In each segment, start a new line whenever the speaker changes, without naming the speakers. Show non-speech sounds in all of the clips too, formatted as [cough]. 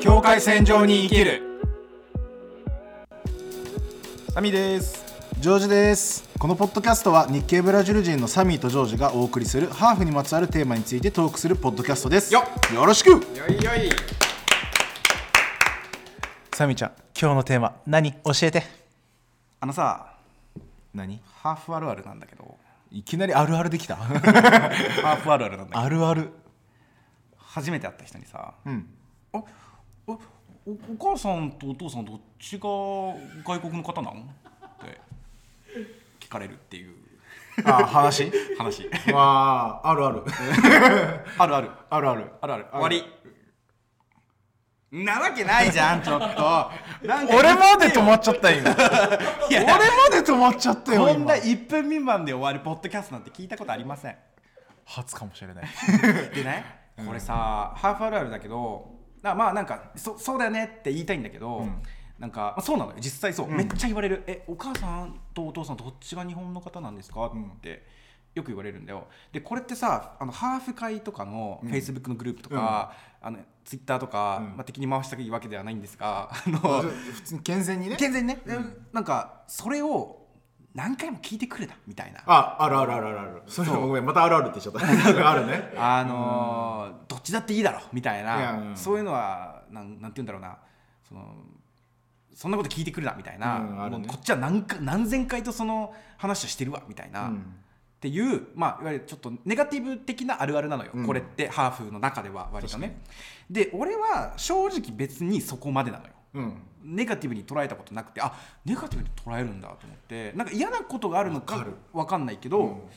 境界線上に生きるサミです
ジョージですこのポッドキャストは日系ブラジル人のサミーとジョージがお送りするハーフにまつわるテーマについてトークするポッドキャストです
よ
よろしく
よいよい
サミーちゃん今日のテーマ何教えて
あのさ
何
ハーフあるあるなんだけど
いきなりあるあるできた
ハーフあるあるなんだけ
[laughs]
ど
あるある
初めて会った人にさ「
ん
ああおお母さんとお父さんどっちが外国の方なの?」って聞かれるっていう
あ話 [laughs]
話
まああるある
あるある
あるある
あるある終わりなわけないじゃんちょっとなんか
俺まで止まっちゃったよ [laughs] 今俺まで止まっちゃったよ
こん
今
な1分未満で終わるポッドキャストなんて聞いたことありません
初かもしれ [laughs] ない
でねこれさ、ハーフあるあるだけどなまあなんかそそうだよねって言いたいんだけど、なんかそうなのよ実際そう、めっちゃ言われる「えお母さんとお父さんどっちが日本の方なんですか?」ってよく言われるんだよでこれってさあのハーフ会とかのフェイスブックのグループとか、あのツイッターとか、まあ、敵に回したいわけではないんですがあの
普通に健全にね
健全にね、なんかそれを何回も聞いてくるなみたいな
ああるあるあるあるあるそれもごめんまたあるあるって言っちゃった [laughs] あるね
あのーどっちだっていいだろみたい
いやう
なんそういうのはなんなんて言うんだろうなそのそんなこと聞いてくるなみたいな、
うんあるね
もうこっちは何か何千回とその話をしてるわみたいな、
うん
っていう、まあ、いわゆるちょっとネガティブ的なあるあるなのよ、
うん
これってハーフの中では割とね。で俺は正直別にそこまでなのよ。
うん
ネガティブに捉えたことなくてあネガティブに捉えるんだと思ってなんか嫌なことがあるの
わ
か
かる
わかんないけど、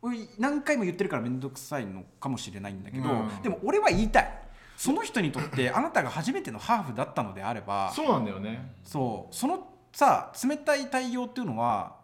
うい何回も言ってるから面倒くさいのかもしれないんだけど、
うん
でも俺は言いたいその人にとってあなたが初めてのハーフだったのであれば
そうなんだよね
そうそのさ冷たい対応っていうのは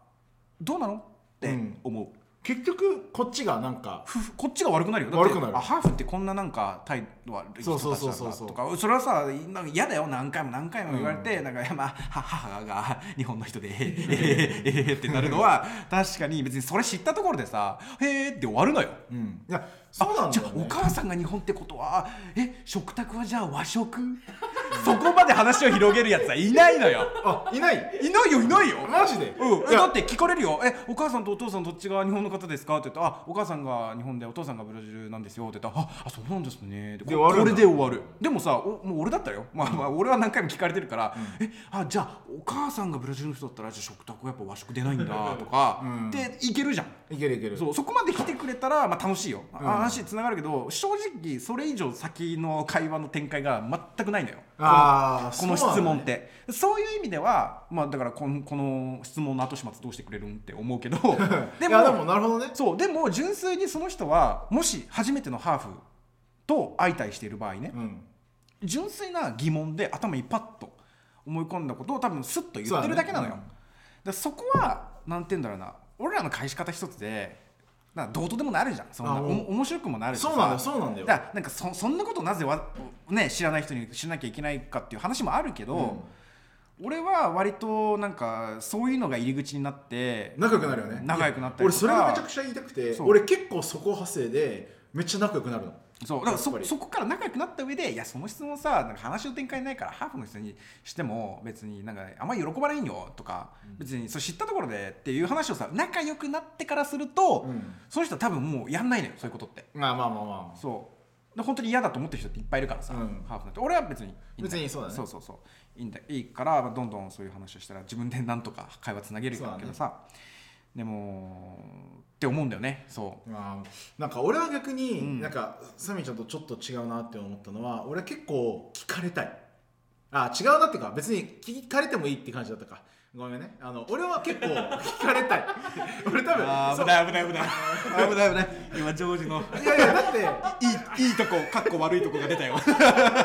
どうなのって
うん
思う、
結局こっちがなんか
ふこっちが悪くなるよだって
悪くなる
あハーフってこんななんか態度悪い人たち
そうそうそうそ
なん
う
だ
そう
とかそれはさなんか嫌だよ何回も何回も言われて、なんかいやまあは母が日本の人でえーえーえーってなるのは確かに別にそれ知ったところでさへえって終わるのよ。
うんいやそうなんだよ、
あじゃあお
ね、
母さんが日本ってことはえ食卓はじゃあ和食 [laughs] そこまで話を広げるやつはいないのよ
あいない
いないよいないよ
マジで
うん、
い
え
や
だって聞かれるよ「えお母さんとお父さんどっちが日本の方ですか?」って言ったらあお母さんが日本でお父さんがブラジルなんですよ」って言ったら「ああそうなんですね」で
で終わるん
こ
だ
れで終わるでもさおもう俺だったよ、まあ、まあ俺は何回も聞かれてるから「えあじゃあお母さんがブラジルの人だったらじゃあ食卓はやっぱ和食出ないんだ」とか、
うん
でいけるじゃん。
いけるいける
そうそこまで来てくれたら、まあ、楽しいよ、あ話つながるけど正直それ以上先の会話の展開が全くないのよ
あー
このこ
そうな
の質
んだ
問ってそう,、いう意味では、まあ、だからこのこの質問の後始末どうしてくれるんって思
[laughs]
うけどで
い
も
やでもなるほどね
そうでも純粋にその人はもし初めてのハーフと相対している場合ね、
うん
純粋な疑問で頭にパッと思い込んだことを多分スッと言ってるだけなのよ。
そう
そ,、
だね
そこはなんて言うんだろうな俺らの返し方一つでなんかどうとでもなるじゃんそんな
あ
お
もう
面白くもなるしさ
そうなんだよそうなんだよ
だからなんかそそんなことなぜわ、ね、知らない人に知らなきゃいけないかっていう話もあるけど、俺は割となんかそういうのが入り口になって
仲良くなるよね
仲良くなったりとか
俺それがめちゃくちゃ言いたくて
そう
俺結構そこ派生でめっちゃ仲良くなるの
そうだから
やっぱ
そ
り
そこから仲良くなった上でいやその質問さなんか話の展開ないからハーフの人にしても別になんかあんまり喜ばれんよとか、別にそれ知ったところでっていう話をさ仲良くなってからすると、
うん
その人は多分もうやんないのよそういうことって
まあまあまあまあ
そうで本当に嫌だと思ってる人っていっぱいいるからさ、
うん
ハーフなんて俺は別にいいんだ
別にそうだね
そうそうそういいんだいいからまあどんどんそういう話をしたら自分でなんとか会話つなげる
そうだね
けどさ、でもって思うんだよねそう
まあ、なんか俺は逆に、
ん
なんかサミちゃんとちょっと違うなって思ったのは俺結構聞かれたいあ違うなっていうか別に聞かれてもいいって感じだったかごめんねあの俺は結構聞かれたい [laughs] 俺多分そう
い危ない危ない [laughs] 危ない危ない今ジョージの
いやいやだってい
いいいいとこかっこ悪いとこが出たよ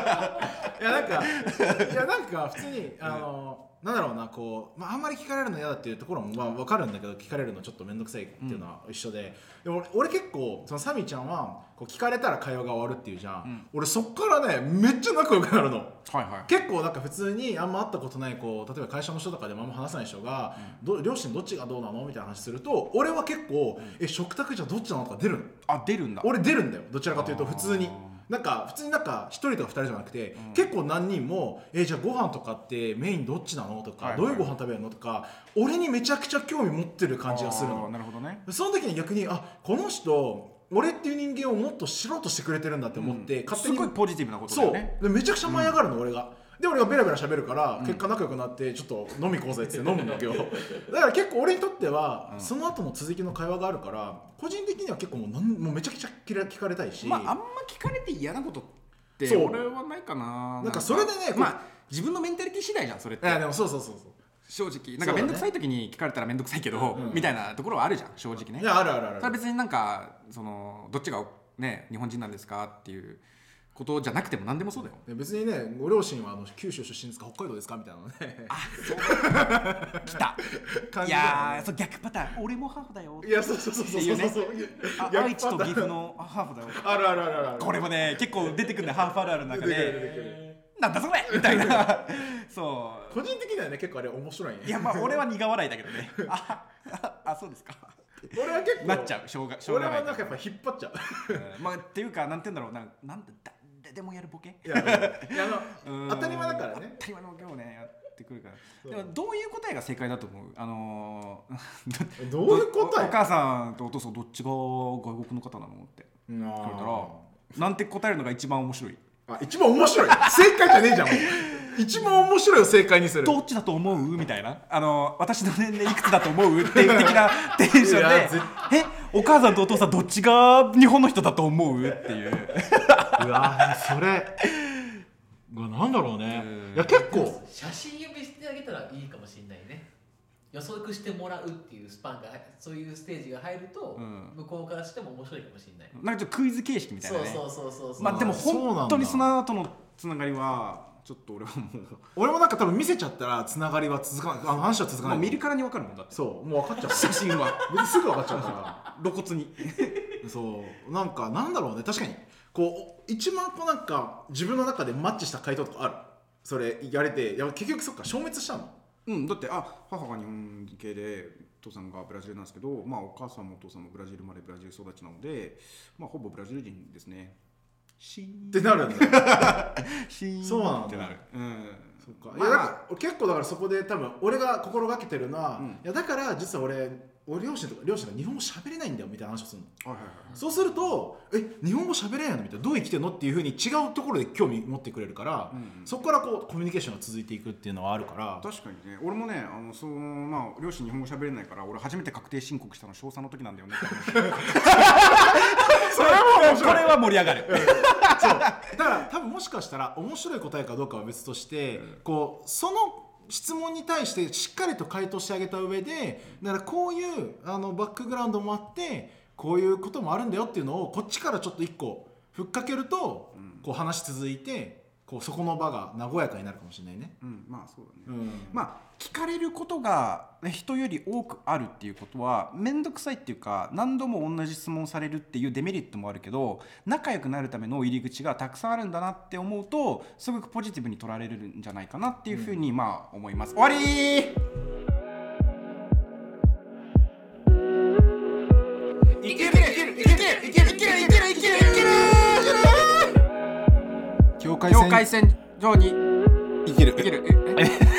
やなんかいやなんか普通にあの、なんだろうなこう、まあ、あんまり聞かれるの嫌だっていうところもまあ分かるんだけど聞かれるのちょっと面倒くさいっていうのは一緒で、でも俺俺結構そのサミちゃんはこう聞かれたら会話が終わるっていうじゃん、俺そっからねめっちゃ仲良くなるの。
はいは
結構なんか普通にあんま会ったことないこう例えば会社の人とかでもあんま話さない人が、ど両親どっちがどうなのみたいな話すると俺は結構、え食卓じゃどっちなのとか出るの
あ出るんだ
俺出るんだよどちらかというと
あー
普通になんか普通になんか一人とか二人じゃなくて、結構何人も「えじゃあご飯とかってメインどっちなの?」とか、
はい
どういうご飯食べるの?」とか俺にめちゃくちゃ興味持ってる感じがする
あー
の
なるほどね
その時に逆にあこの人俺っていう人間をもっと知ろうとしてくれてるんだって思って、勝手
す
に
ごいポジティブなことだ
そ
よ
う
ね
でめちゃくちゃ舞い上がるの、俺がで俺がベラベラ喋るから、結果仲良くなってちょっと飲み行こうぜっつって飲むんだ
[laughs]
けどだから結構俺にとっては、その後も続きの会話があるから個人的には結構もうなんもうめちゃくちゃ聞か聞かれたいし、
まああんま聞かれて嫌なことって
そう
俺はないかな
なんかそれでねこう
まあ自分のメンタリティ次第じゃんそれっ
いやで
て
もそうそうそうそう
正直
そ
な
うんだね
か面倒くさい時に聞かれたら面倒くさいけど、みたいなところはあるじゃん正直ね
いやあるあるある
それは別になんかそのどっちがね日本人なんですかっていうことじゃなくても何でもそうだよ
で別にねご両親はあの九州出身ですか北海道ですかみたいなの
[laughs]
ね
来た
感
い
じだよね
やーそう逆パターン俺もハーフだよ
いやそうそうそうそうそうそう
あ
いや
愛知と岐阜のハーフだよ
あるあるあるあるある
これもね結構出てくるんだよハーフあるあるの中
出てくる出てく
で
る
なんだそれみたいなそう
個人的にはね結構あれ面白いね
いやまあ俺は苦笑いだけどねあああそうですか
俺は結構
なっちゃうしょうがしょう
俺
が
は
ない
なんかやっぱ引っ張っちゃう
うんまあっていうかなんて言うんだろうなんなんて誰でもやるボケ
いや
[laughs]
いやあ
う
の
ん
当たり前だからね
当たり前の今日ねやってくるからでもどういう答えが正解だと思うあのー
どういう答え
おお母さんとお父さんどっちが外国の方なのって聞かれたらなんて答えるのが一番面白い
あ一番面白い正解じゃねえじゃんもう一番面白いを正解にする
どっちだと思うみたいなあの私の年齢いくつだと思うっていう的な [laughs] テンション
いや
で
絶
えお母さんとお父さんどっちが日本の人だと思うっていう
うわそれうわなんだろうね
うん
いや結構
写真を見せてあげたらいいかもしれないね予測してもらうっていうスパンがそういうステージが入ると、
うん
向こうからしても面白いかもしれない、
なんかちょっとクイズ形式みたい
そ
な
う
ね
そうそうそうそう
まあでも本当に
そ
そうの後のつながりはちょっと俺はもう
俺もなんか多分見せちゃったらつながりは続かないあの話は続かな
まあ
い
見るからに分かるもんだって
そうもう分かっちゃう
写真は
別にすぐ分かっちゃうから
露骨
[laughs]
に
そうなんかなんだろうね確かにこう一万個なんか自分の中でマッチした回答とかあるそれやれていや結局そっか消滅したの
うんだってあ母が日本系で父さんがブラジルなんですけどまあお母さんもお父さんもブラジル生まれブラジル育ちなのでまあほぼブラジル人ですねシーン
ってなるんだよ
シーン
そうなんだ
ってなるうん
そっかい
ま
や
あ
だから結構だからそこで多分俺が心がけてるのは、
うん
いやだから実は俺俺両親とか両親が日本語喋れないんだよみたいな話をするの
はいはいはい
そうするとえ日本語喋れないのみたいなどう生きてんのっていうふうに違うところで興味持ってくれるから、
うんうん
そこからこうコミュニケーションが続いていくっていうのはあるから
確かにね俺もねあのそのまあ両親日本語喋れないから俺初めて確定申告したの小3の時なんだよね [laughs]
それは
これは盛り上がる
だから多分もしかしたら面白い答えかどうかは別として、こうその質問に対してしっかりと回答してあげた上でだからこういうあのバックグラウンドもあってこういうこともあるんだよっていうのをこっちからちょっと一個ふっかけると、こう話続いてこうそこの場が和やかになるかもしれないね。
うんまあそうだね
うん
まあ、聞かれることが人より多くあるっていうことは面倒くさいっていうか何度も同じ質問されるっていうデメリットもあるけど仲良くなるための入り口がたくさんあるんだなって思うとすごくポジティブに取られるんじゃないかなっていうふうにまあ思います。終わりー
いけるいけるいけるいけるいけるいけるいけるいける
境界
境界線上に
生きる
生きるええ